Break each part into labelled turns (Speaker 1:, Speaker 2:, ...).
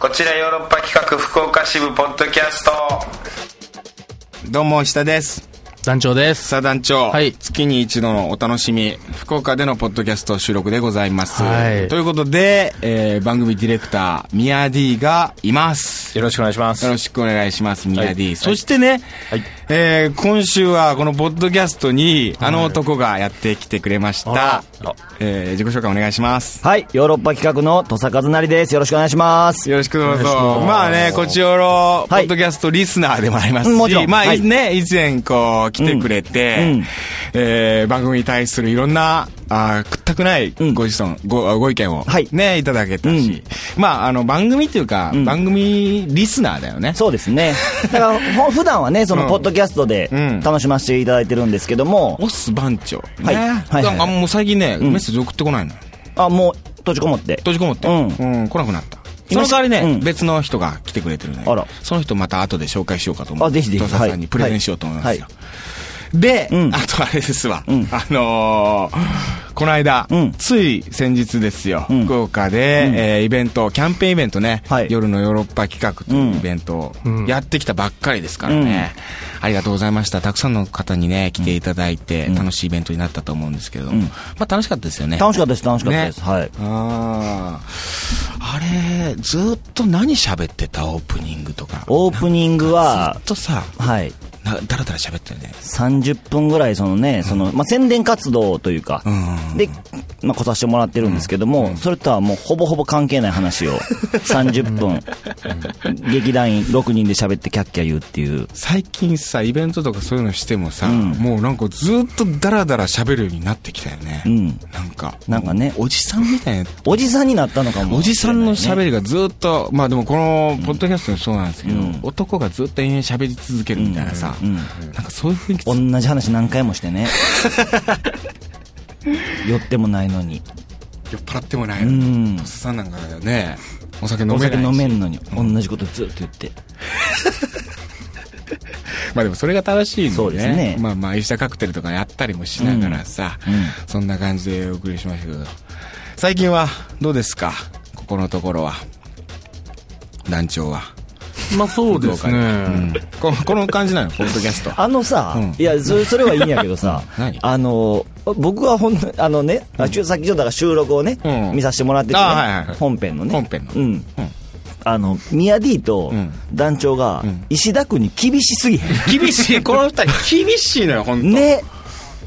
Speaker 1: こちらヨーロッパ企画福岡支部ポッドキャスト
Speaker 2: どうも下です
Speaker 3: 団長です。
Speaker 2: さあ団長、
Speaker 3: はい
Speaker 2: 月に一度のお楽しみ福岡でのポッドキャスト収録でございます、
Speaker 3: はい
Speaker 2: ということで、えー番組ディレクターミヤ D がいます
Speaker 4: よろしくお願いしま
Speaker 2: よ
Speaker 4: す
Speaker 2: ろ。しくお願いします、ミヤ D。
Speaker 4: はい
Speaker 2: そしてね、
Speaker 4: はい
Speaker 2: えー今週はこのポッドキャストに、あの男がやってきてくれました。
Speaker 4: ら
Speaker 2: えー自己紹介お願いします。
Speaker 5: はい、ヨーロッパ企画の土佐和成です。よろしくお願いします。
Speaker 2: よろしくどうぞ。まあね、こちおろ、ポッドキャストリスナーでもあります
Speaker 5: うんもち
Speaker 2: し、
Speaker 5: ろん
Speaker 2: まあ、
Speaker 5: はい
Speaker 2: ね、以前こう、来てくれて、
Speaker 5: うんうん
Speaker 2: えー番組に対するいろんな、あーくったくない
Speaker 5: うん
Speaker 2: ご質問、ご、ご意見を、
Speaker 5: はい
Speaker 2: ね、いただけたし、まあ、あの、番組っていうか、
Speaker 5: ん
Speaker 2: 番組リスナーだよね。
Speaker 5: そうです ね。だから、ほ普段はね、そ
Speaker 2: うん
Speaker 5: の、ポッドキャストで
Speaker 2: うん、
Speaker 5: 楽しませていただいてるんですけども、
Speaker 2: オス番長。ね。
Speaker 5: はいはい
Speaker 2: なんかもう最近ね、
Speaker 5: ん
Speaker 2: メッセージ送ってこないの。
Speaker 5: あ、もう、閉じこもって。
Speaker 2: 閉じこもって、
Speaker 5: う
Speaker 2: うん、来なくなった。その代わりね、
Speaker 5: うん
Speaker 2: 別の人が来てくれてるね。
Speaker 5: あら
Speaker 2: その人また後で紹介しようかと思う。
Speaker 5: あぜひぜひ
Speaker 2: 土佐さ
Speaker 5: は
Speaker 2: ん
Speaker 5: い
Speaker 2: にプレゼンしようと思いますよ。
Speaker 5: は
Speaker 2: で、
Speaker 5: うん
Speaker 2: あとあれですわ。
Speaker 5: ん
Speaker 2: あのーこの間、
Speaker 5: うん
Speaker 2: つい先日ですよ、
Speaker 5: うん
Speaker 2: 福岡で、えーイベント、キャンペーンイベントね、
Speaker 5: はい
Speaker 2: 夜のヨーロッパ企画というイベントを
Speaker 3: うん
Speaker 2: やってきたばっかりですからね、ありがとうございました。たくさんの方にね、来ていただいて、楽しいイベントになったと思うんですけれども、
Speaker 5: うん
Speaker 2: まあ楽しかったですよね。
Speaker 5: 楽しかったです、楽しかったです。
Speaker 2: ね
Speaker 5: はい。
Speaker 2: あああれずーっと何喋ってたオープニングとか
Speaker 5: オープニングは
Speaker 2: ずっ、とさ
Speaker 5: はい。
Speaker 2: なだらだら喋ってるね
Speaker 5: 30分ぐらい、そのね、その、まあ、宣伝活動というか、
Speaker 2: うん
Speaker 5: で、まあ、来させてもらってるんですけども、それとはもう、ほぼほぼ関係ない話 を、30分、劇団員6人で喋ってキャッキャ言うっていう。
Speaker 2: 最近さイベントとかそういうのしてもさ、
Speaker 5: うん
Speaker 2: もうなんかずーっとだらだら喋るようになってきたよね、
Speaker 5: うん
Speaker 2: なんか
Speaker 5: なんかね
Speaker 2: おじさんみたいな
Speaker 5: おじさんになったのかも
Speaker 2: おじさんの
Speaker 5: しゃべ
Speaker 2: 喋りがずーっと、まあでもこのポッドキャストもそうなんですけど、
Speaker 5: うん
Speaker 2: 男がずーっと延々喋り続けるみたいなさ、
Speaker 5: うん
Speaker 2: なんかそういう雰囲気
Speaker 5: 同じ話何回もしてね寄ってもないのに
Speaker 2: 酔っ払ってもな
Speaker 5: う
Speaker 2: いのに
Speaker 5: ん
Speaker 2: おっさんなんかねお酒飲め
Speaker 5: お
Speaker 2: ないし
Speaker 5: 酒飲めんのに同じことずっと言って
Speaker 2: まあでもそれが正しいんでね
Speaker 5: そうですね
Speaker 2: まあまあ石田カクテルとかやったりもしながらさ、
Speaker 5: うんうん
Speaker 2: そんな感じでお送りしましたけど最近はどうですかここのところは団長は
Speaker 3: まあそうですね。
Speaker 2: うんここの感じなのポッドキャスト
Speaker 5: あのさ、
Speaker 2: うん
Speaker 5: いやそれそれはいいんやけどさ
Speaker 2: 何
Speaker 5: あの僕はほんあのね、あちゅさっきちょっとだから収録をね、
Speaker 2: うん
Speaker 5: 見させてもらってて、ね
Speaker 2: あはいはいはい
Speaker 5: 本編のね
Speaker 2: 本編の
Speaker 5: うんあの宮 D と
Speaker 2: うん
Speaker 5: 団長が
Speaker 2: ん
Speaker 5: 石田君に厳しすぎへん、
Speaker 2: 厳しいこの二人厳しいのよ本当、
Speaker 5: ね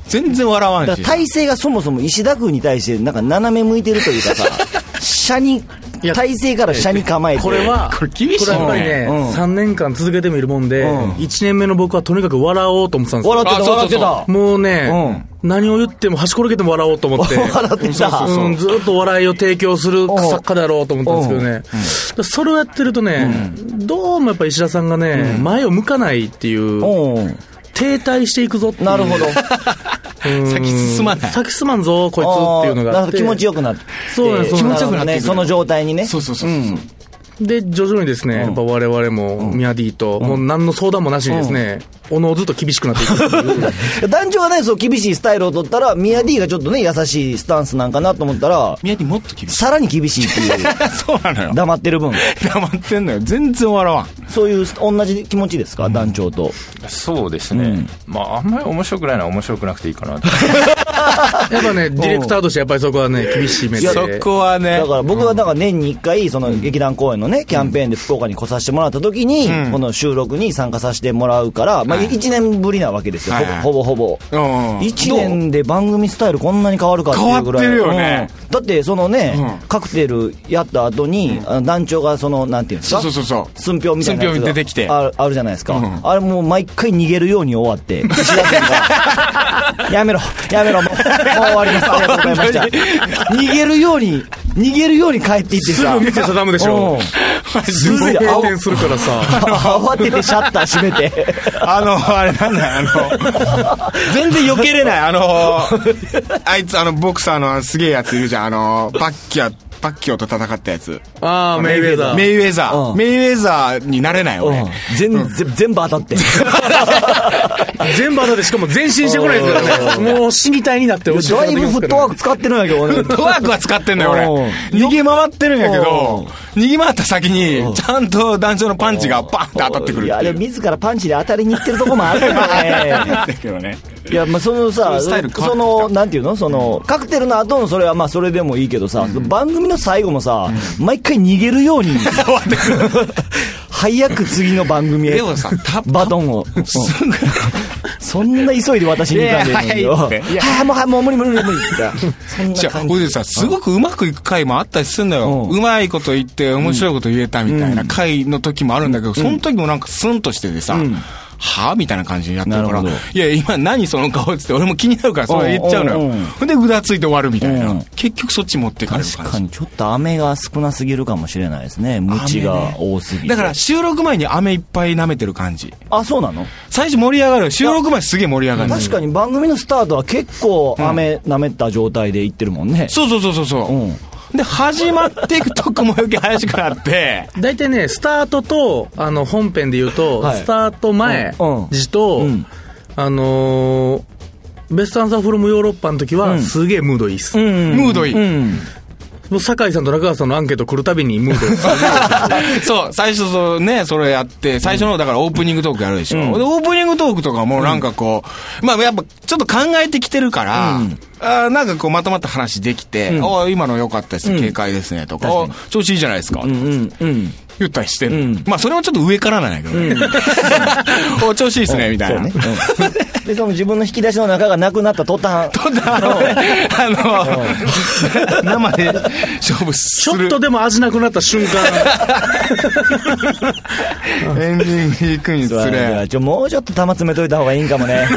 Speaker 2: 全然笑わん
Speaker 5: だ
Speaker 2: し
Speaker 5: から体勢がそもそも石田君に対してなんか斜め向いてるというかさ 車に
Speaker 3: いや
Speaker 5: 体勢から車に構えて
Speaker 3: これ は、
Speaker 2: これ厳しいね
Speaker 3: これはやっぱりね、
Speaker 5: うん
Speaker 3: 3年間続けてみるもんで、
Speaker 5: う
Speaker 3: 1年目の僕はとにかく笑おうと思ってたんですよ。
Speaker 5: 笑って
Speaker 2: あ
Speaker 5: た
Speaker 2: そう
Speaker 5: 笑
Speaker 2: そう
Speaker 5: っ
Speaker 2: そう
Speaker 5: てた
Speaker 3: もうね、何を言っても端ころげても笑おうと思って。
Speaker 5: 笑ってた
Speaker 3: うん、ずっと笑いを提供する作家だろうと思ったんですけどね、だそれをやってるとね、どうもやっぱ石田さんがね、前を向かないっていう、
Speaker 5: うん
Speaker 3: 停滞していくぞっていう
Speaker 5: なるほ
Speaker 3: う
Speaker 5: ど
Speaker 3: ん
Speaker 2: 先進まない
Speaker 3: 先進まんぞ、こいつっていうのがあ
Speaker 5: あーなん
Speaker 3: っ
Speaker 5: か
Speaker 3: て。
Speaker 5: 気持ちよくなって
Speaker 3: そうなんですそうなんです
Speaker 5: 気持ちよくなってくるねその状態にね
Speaker 2: そうそうそうそう、
Speaker 3: で、徐々にですね、やっぱ我々も、ミヤディと、もう何の相談もなしにですね、おのずと厳しくなっていくって いう。
Speaker 5: 団長がねそう厳しいスタイルを取ったら宮 D がちょっとね優しいスタンスなんかなと思ったら
Speaker 2: 宮城もっと厳しい
Speaker 5: さらに厳しいっ ていう
Speaker 2: そうなのよ
Speaker 5: 黙ってる分
Speaker 2: 黙ってんのよ全然笑わん
Speaker 5: そういう同じ気持ちですか団長と
Speaker 4: そうですね。まあ、あんまり面白くないのは面白くなくていいかなと。
Speaker 3: やっぱね、ディレクターとしてやっぱりそこはね、厳しい目で。
Speaker 2: そこはね
Speaker 5: だから僕はだから年に1回その劇団公演のねキャンペーンで福岡に来させてもらった時に
Speaker 2: うん
Speaker 5: この収録に参加させてもらうからま
Speaker 2: はい
Speaker 5: あ1年ぶりなわけですよ
Speaker 2: はいはい
Speaker 5: ほぼほぼほぼ
Speaker 2: うん
Speaker 5: 1年で番組スタイルこんなに変わるかっていうぐらい
Speaker 2: 変わってるよね
Speaker 5: うんだってそのね
Speaker 2: う
Speaker 5: カクテルやった後にあの団長がそのなんていうんですか
Speaker 2: そうそうそうそう
Speaker 5: 寸評みたいなやつ
Speaker 2: 寸評
Speaker 5: が
Speaker 2: 出てきて
Speaker 5: あるあるじゃないですか
Speaker 2: うん
Speaker 5: あれもう毎回逃げるように終 わって石田君がやめろやめろもうもう終わりですありがとうございました逃げるように逃げるように帰っていって
Speaker 3: す
Speaker 5: さ
Speaker 3: ぐ見せちゃダメでしょ
Speaker 5: うん。
Speaker 3: すぐ閉店するから さ。
Speaker 5: 慌ててシャッター閉めて
Speaker 2: あの、あれなんだ、あの、全然避けれない、あの、あいつ、あの、ボクサーのすげえやついるじゃん、あの、パッキャパッキオと戦ったやつ。
Speaker 3: ああ、メイウェザー。
Speaker 2: メイウェザー。
Speaker 5: うん
Speaker 2: メイウェザーになれない、俺。
Speaker 5: うん全全全部当たって。
Speaker 3: 全部当たって、しかも前進してこないですからね。 もう死に体になって、
Speaker 5: だいぶフットワーク使ってるんやけどね。
Speaker 2: フットワークは使ってんのよ、俺
Speaker 5: うん。
Speaker 2: 逃げ回ってるんやけ
Speaker 5: うん
Speaker 2: ど、逃げ回った先に、ちゃんと団長のパンチがバンって当たってくる
Speaker 5: い
Speaker 2: っ
Speaker 5: や、
Speaker 2: てい
Speaker 5: で
Speaker 2: う
Speaker 5: も。自らパンチで当たりに行ってるとこもあるか らね。
Speaker 2: だけどね。
Speaker 5: いや、まあ、そのさ、
Speaker 2: スタイル変わってき
Speaker 5: そ
Speaker 2: た
Speaker 5: の、なんていうのその、カクテルの後のそれはまあ、それでもいいけどさ、番組の最後もさ、毎回逃げるように、早く次の番組へ。
Speaker 2: でもさた
Speaker 5: バトンを。うんそんな急いで私に行かんでいいのによ。
Speaker 2: いや早いっていや
Speaker 5: はい、もう、はい、もう無理無理無理無理。そん
Speaker 2: じ
Speaker 5: な
Speaker 2: ゃあ、
Speaker 5: 感
Speaker 2: これ
Speaker 5: じ。
Speaker 2: でさ、すごくうまくいく回もあったりすんだよ。
Speaker 5: うん
Speaker 2: うまいこと言って、面白いこと言えたみたいな回の時もあるんだけど、その時もなんかスンとしててさ、はぁみたいな感じになってるから、
Speaker 5: なるほど
Speaker 2: いや、今何その顔っつって、俺も気になるからそれ言っちゃうの
Speaker 5: う
Speaker 2: よ
Speaker 5: んうんうん。。
Speaker 2: ほんで、ぐだついて終わるみたいうなん結局そっち持ってかれる
Speaker 5: 確か
Speaker 2: 感
Speaker 5: に、ちょっと雨が少なすぎるかもしれないですね。無知が多すぎ
Speaker 2: じ。
Speaker 5: て。
Speaker 2: だから、、収録前に飴いっぱい舐めてる感じ。
Speaker 5: あ、そうなの
Speaker 2: 最初盛り上がる。収録前すげえ盛り上がる。
Speaker 5: 確かに番組のスタートは結構雨舐めた状態で行ってるもんね。
Speaker 2: そうそうそうそうそう。
Speaker 5: うん
Speaker 2: で、始まっていくとこもよけ怪しくなって、
Speaker 3: 大体ね、スタートと、あの、本編で言うと、
Speaker 5: はい
Speaker 3: スタート前
Speaker 5: うんうん
Speaker 3: 時と、
Speaker 5: うん
Speaker 3: あのーベストアンサーフォルムヨーロッパの時は、すげえムードいいっす。
Speaker 2: ムードいい。
Speaker 5: うん。
Speaker 3: もう酒井さんと中川さんのアンケート来るたびにムードいい っす。
Speaker 2: そう、最初そうね、それやって、最初のだからオープニングトークやるでしょ。で、オープニングトークとかもなんかこう、まあやっぱちょっと考えてきてるから、あーなんかこうまとまった話できて、ああ、今の良かったです、警戒ですね、とか、あー調子いいじゃないですか、とか
Speaker 5: うん。うん。
Speaker 2: 言ったりしてる、まあそれもちょっと上からなんやけどね。 お調子いいですね、みたいな。
Speaker 5: で、その自分の引き出しの中がなくなった途端。
Speaker 2: とだあの、 生で勝負す
Speaker 3: ちょっ
Speaker 2: る
Speaker 3: とでも味なくなった瞬 間、
Speaker 2: エンディングに行くにつ
Speaker 5: そうや
Speaker 2: れ
Speaker 5: な。ちょもうちょっと玉詰めといた方がいいんかもね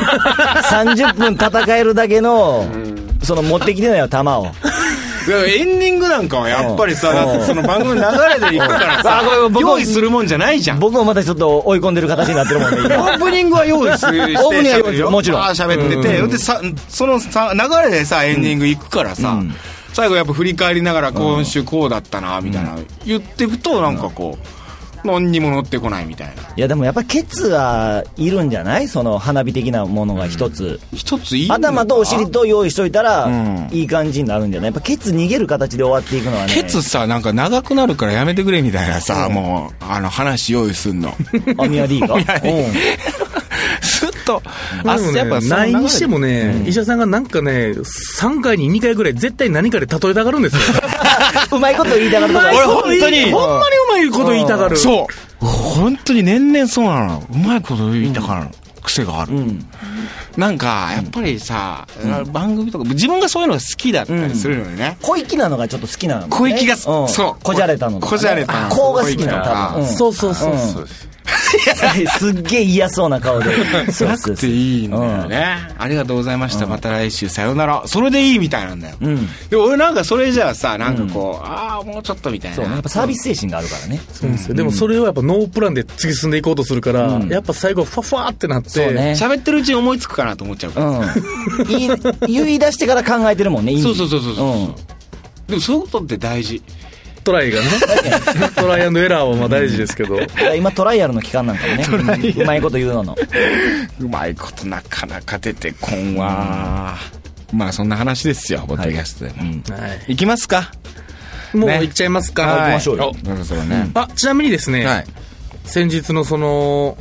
Speaker 5: 30分戦えるだけのその持ってきてないよ玉を
Speaker 2: でもエンディングなんかはやっぱりさ、
Speaker 5: うん
Speaker 2: だってその番組の流れで行くからさ、用意するもんじゃないじゃん。オ
Speaker 5: 僕もまたちょっと追い込んでる形になってるもんね今
Speaker 2: ープニングは用意する
Speaker 5: オープニングは用意するもちろん
Speaker 2: ああ、喋ってて。で、さ、そのさ、流れでさ、エンディング行くからさ、最後やっぱ振り返りながら今週こうだったな、みたいな、言ってくとなんかこう、何にも乗ってこないみたいな。
Speaker 5: いやでもやっぱケツはいるんじゃないその花火的なものが一つ、
Speaker 2: 一ついいのか
Speaker 5: 頭とお尻と用意しといたら、
Speaker 2: ん
Speaker 5: いい感じになるんじゃないやっぱケツ逃げる形で終わっていくのはね
Speaker 2: ケツさ、なんか長くなるからやめてくれみたいなさ、もう、あの話用意すんの。
Speaker 5: あ宮 D か
Speaker 2: すっと、
Speaker 3: あ
Speaker 2: あ
Speaker 3: で
Speaker 2: その
Speaker 3: もね、
Speaker 2: 流
Speaker 3: な
Speaker 2: れ
Speaker 3: いにしてもね、医者さんがなんかね、3回に2回ぐらい絶対何かで例えたがるんで すよ。
Speaker 5: うんうまいこと言いたがるとこ
Speaker 2: 俺本当に
Speaker 3: ほんまにうまいこと言いたがる。
Speaker 2: そう本当に年々そうなのうまいこと言いたから、癖がある、なんかやっぱりさ、番組とか自分がそういうのが好きだったりするのよね、
Speaker 5: 小粋なのがちょっと好きなの、ね、
Speaker 2: 小粋がす
Speaker 5: ん
Speaker 2: そう
Speaker 5: こじゃれたのとか
Speaker 2: こ
Speaker 5: ね
Speaker 2: じゃれたの
Speaker 5: あこうが好きなの多分、ん
Speaker 3: そうそうそう。
Speaker 4: そうです
Speaker 5: すっげえ嫌そう な顔で。そう
Speaker 2: なくていいんだよね、ありがとうございました、また来週さよならそれでいいみたいなんだよ、
Speaker 5: ん
Speaker 2: で俺なんかそれじゃあさなんかこう、ああもうちょっとみたい
Speaker 5: そうね。や
Speaker 2: な
Speaker 5: っぱサービス精神があるからね。
Speaker 3: そうですよでもそれをやっぱノープランで次進んでいこうとするから、やっぱ最後、ファファーってなって、
Speaker 5: そうね
Speaker 2: 喋ってるうちに思いつくかなと思っちゃうから、
Speaker 5: うん。言い言い出してから考えてるもんね、
Speaker 2: そうそうそうそうそう
Speaker 5: うん。
Speaker 2: でもそういうことって大事
Speaker 3: トライがね、トライアンドエラーはまあ大事ですけど、
Speaker 5: だから今トライアルの期間なんかもね。うんうまいこと言うのの。
Speaker 2: うまいことなかなか出てこんわ、まあそんな話ですよポッドキャストでも、い
Speaker 3: はい
Speaker 2: きますか
Speaker 3: もう
Speaker 2: ね
Speaker 3: 行っちゃいますか、
Speaker 2: はい
Speaker 5: 行きましょうよ
Speaker 2: おそろそろね、
Speaker 3: あちなみにですね、
Speaker 2: はい
Speaker 3: 先日のその、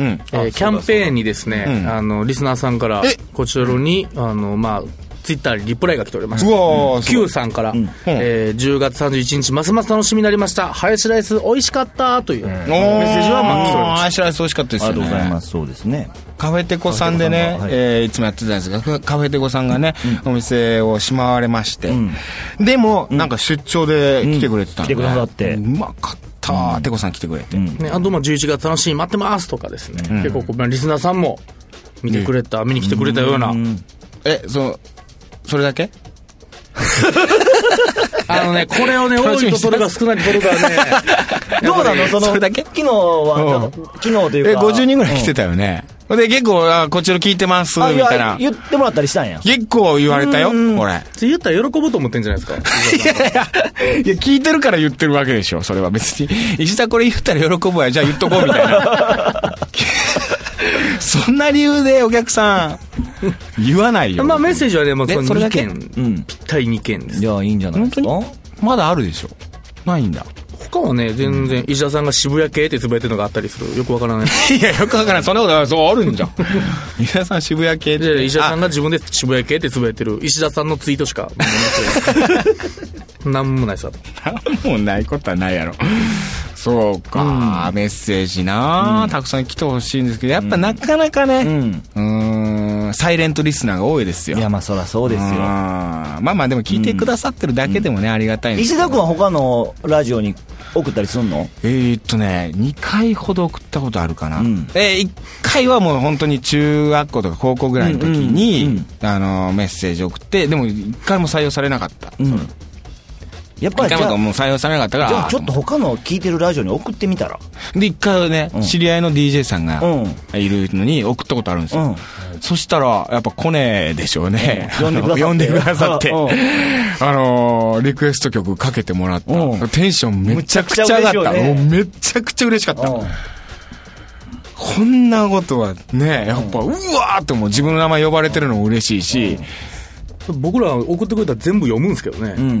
Speaker 2: うん
Speaker 3: えーキャンペーンにですね、
Speaker 2: うん
Speaker 3: あのリスナーさんから
Speaker 2: え、
Speaker 3: こちらに、あのまあ、ツイッターにリプライが来ておりまし
Speaker 2: う
Speaker 3: た。
Speaker 2: わーすごい
Speaker 3: Q さんから、えー10月31日、ますます楽しみになりました。ハヤシライス美味しかったというメッセ
Speaker 2: お
Speaker 3: ージはまあ来ておりました。
Speaker 2: あしらい美味しかったです
Speaker 5: あ
Speaker 2: よ
Speaker 5: りがとうござい
Speaker 2: ね
Speaker 5: ます。そうですね。
Speaker 2: カフェテコさんでね
Speaker 5: カフェテ
Speaker 2: いえ
Speaker 5: コさんがはい
Speaker 2: ーいつもやってたんですがカカフェテコさんがね、お店をしまわれまして、でも、なんか出張で来てくれてたんで、
Speaker 5: うん来てくださって
Speaker 2: うまかったー、テコさん来てくれて、
Speaker 3: ね、あとまあ11月楽しみに待ってますとかですね、結構こうまあリスナーさんも見てくれた、見に来てくれたような、
Speaker 2: えそのそれだけ
Speaker 3: あのね、これをね、多
Speaker 2: 楽しみ
Speaker 3: い
Speaker 2: に
Speaker 3: と
Speaker 2: して
Speaker 3: 取るか少ないと取るかね、
Speaker 5: どうなのその、
Speaker 2: それだけ
Speaker 5: 昨日は、昨日という
Speaker 2: え
Speaker 5: か。
Speaker 2: 50人ぐらい来てたよね、で、結構、あこっちの聞いてます、み
Speaker 5: あい
Speaker 2: たい
Speaker 5: や
Speaker 2: な。
Speaker 5: 言ってもらったりしたんや。
Speaker 2: 結構言われたよ、
Speaker 5: うん
Speaker 2: 俺。
Speaker 3: 言ったら喜ぶと思ってんじゃないですか。
Speaker 2: いやいや、いや、聞いてるから言ってるわけでしょ、それは別に。 石田これ言ったら喜ぶわ、じゃあ言っとこう、みたいな。 そんな理由でお客さん、言わないよ。
Speaker 3: まあメッセージはね、もう
Speaker 2: で
Speaker 3: その
Speaker 2: それだ
Speaker 3: 2
Speaker 2: け
Speaker 3: 件、
Speaker 5: うん
Speaker 3: ぴったり2件です
Speaker 5: い。や、いいんじゃない
Speaker 2: 本
Speaker 5: で
Speaker 2: 当に
Speaker 5: すか。
Speaker 2: まだあるでしょ。ないんだ。
Speaker 3: 他はね、全然、石田さんが渋谷系ってつぶやいてるのがあったりする。よくわからない。
Speaker 2: いや、よくわからない。そんなことない。そう、あるんじゃん。 石田さん渋谷系
Speaker 3: で、石田さん
Speaker 2: が。
Speaker 3: が自分で渋谷系ってつぶやいてる。石田さんのツイート しか。なんもないさ。
Speaker 2: あ もうないことはないやろ。そうか、メッセージな、たくさん来てほしいんですけど、やっぱなかなか
Speaker 5: う
Speaker 2: ね、
Speaker 5: ん。
Speaker 2: うーん、サイレントリスナーが多いですよ。
Speaker 5: いや、まあ、そらそうですよ。
Speaker 2: あーまあまあでも聞いてくださってるだけでもね、ありがたいんです
Speaker 5: 石田君は他のラジオに送ったりすんの
Speaker 2: えー、っとね2回ほど送ったことあるかな、
Speaker 5: うん
Speaker 2: え1回はもう本当に中学校とか高校ぐらいの時に、
Speaker 5: うんうん
Speaker 2: あのメッセージ送ってでも1回も採用されなかった、
Speaker 5: うん。やっ
Speaker 2: 1
Speaker 5: ぱりじ
Speaker 2: 回
Speaker 5: ゃあ
Speaker 2: も、もう採用されなかったから
Speaker 5: じゃあちょっと他の聞いてるラジオに送ってみたら。
Speaker 2: で1回はね、
Speaker 5: うん
Speaker 2: 知り合いの DJ さんが
Speaker 5: う
Speaker 2: いるのに送ったことあるんですよ、
Speaker 5: うん
Speaker 2: そしたらやっぱコネでしょうね、
Speaker 5: うん呼んでくださって
Speaker 2: 呼んでくださって、
Speaker 5: うん
Speaker 2: あのーリクエスト曲かけてもらった、
Speaker 5: うん
Speaker 2: テンションめちゃくちゃ上がった
Speaker 5: めちゃ
Speaker 2: も
Speaker 5: くちゃ嬉しいよね
Speaker 2: うめちゃくちゃ嬉しかった、
Speaker 5: うん
Speaker 2: こんなことはねやっぱ、うわーってもう自分の名前呼ばれてるのも嬉しいし、
Speaker 3: 僕ら送ってくれたら全部読むんですけどね。
Speaker 5: うん。
Speaker 2: うー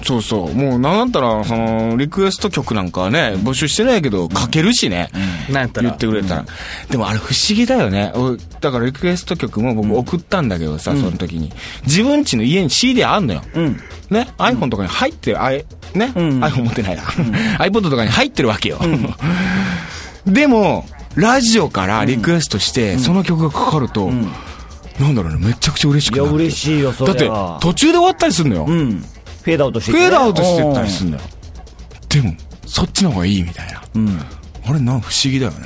Speaker 2: んそうそう。もう、なんだったら、その、リクエスト曲なんかはね、募集してないけど、書けるしね。
Speaker 3: なんやった
Speaker 2: 言
Speaker 3: ら
Speaker 2: って。くれたら。でもあれ不思議だよね。おだからリクエスト曲も僕送ったんだけどさ、その時に。自分家の家に CD あんのよ。
Speaker 5: うん。
Speaker 2: ね、iPhone とかに入ってる、あいね、
Speaker 5: うん
Speaker 2: iPhone 持ってないや、iPod とかに入ってるわけよ。 でも、ラジオからリクエストして、その曲がかかると、なんだろうね、めちゃくちゃ嬉しく
Speaker 5: い
Speaker 2: な
Speaker 5: や、
Speaker 2: る。
Speaker 5: 嬉しいよ、そ
Speaker 2: だっ
Speaker 5: れ
Speaker 2: て
Speaker 5: は。、
Speaker 2: 途中で終わったりするのよ。
Speaker 5: うん。フェードアウトして
Speaker 2: フェードアウトしてったりす
Speaker 5: る。
Speaker 2: るのよ。でも、そっちの方がいいみたいな。
Speaker 5: うん。
Speaker 2: あれ、なんか不思議だよね。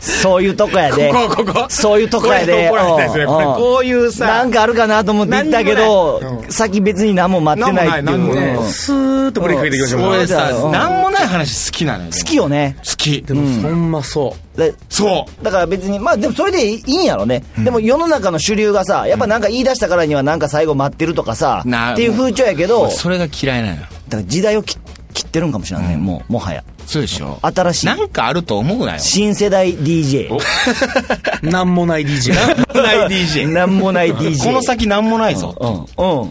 Speaker 5: そういうとこやで。
Speaker 2: ここ
Speaker 5: そういうとこやで。
Speaker 2: これ怒られたやつね
Speaker 5: うん
Speaker 2: これこういうさ
Speaker 5: なんかあるかなと思って行ったけど、先別に何も待ってないってい
Speaker 2: 何も
Speaker 5: う。
Speaker 2: ない何も
Speaker 5: う
Speaker 2: なんい
Speaker 5: 好
Speaker 3: スーッとブレーキかけていきましょう。
Speaker 2: 俺
Speaker 5: そうだよ
Speaker 2: さ
Speaker 5: う、ん
Speaker 2: なんもない話好きなのよ。でも
Speaker 5: きよね。
Speaker 2: 好き。
Speaker 3: でも、ほんまそ
Speaker 5: で
Speaker 2: そう。
Speaker 5: だから別に、まあでもそれでいいんやろね。でも世の中の主流がさ、やっぱなんか言い出したからにはなんか最後待ってるとかさ、
Speaker 2: な
Speaker 5: っていう風潮やけど、だか
Speaker 2: それが嫌いなのよ。
Speaker 5: ら時代をき切ってるんかもしれない、もう、もはや。
Speaker 2: そうでしょ
Speaker 5: 新しい
Speaker 2: なんかあると思うなよ。
Speaker 5: 新世代 DJ。
Speaker 3: う。なんもない DJ。
Speaker 2: ない DJ。
Speaker 5: なんもない DJ。
Speaker 2: この先なんもないぞ。
Speaker 5: うん。う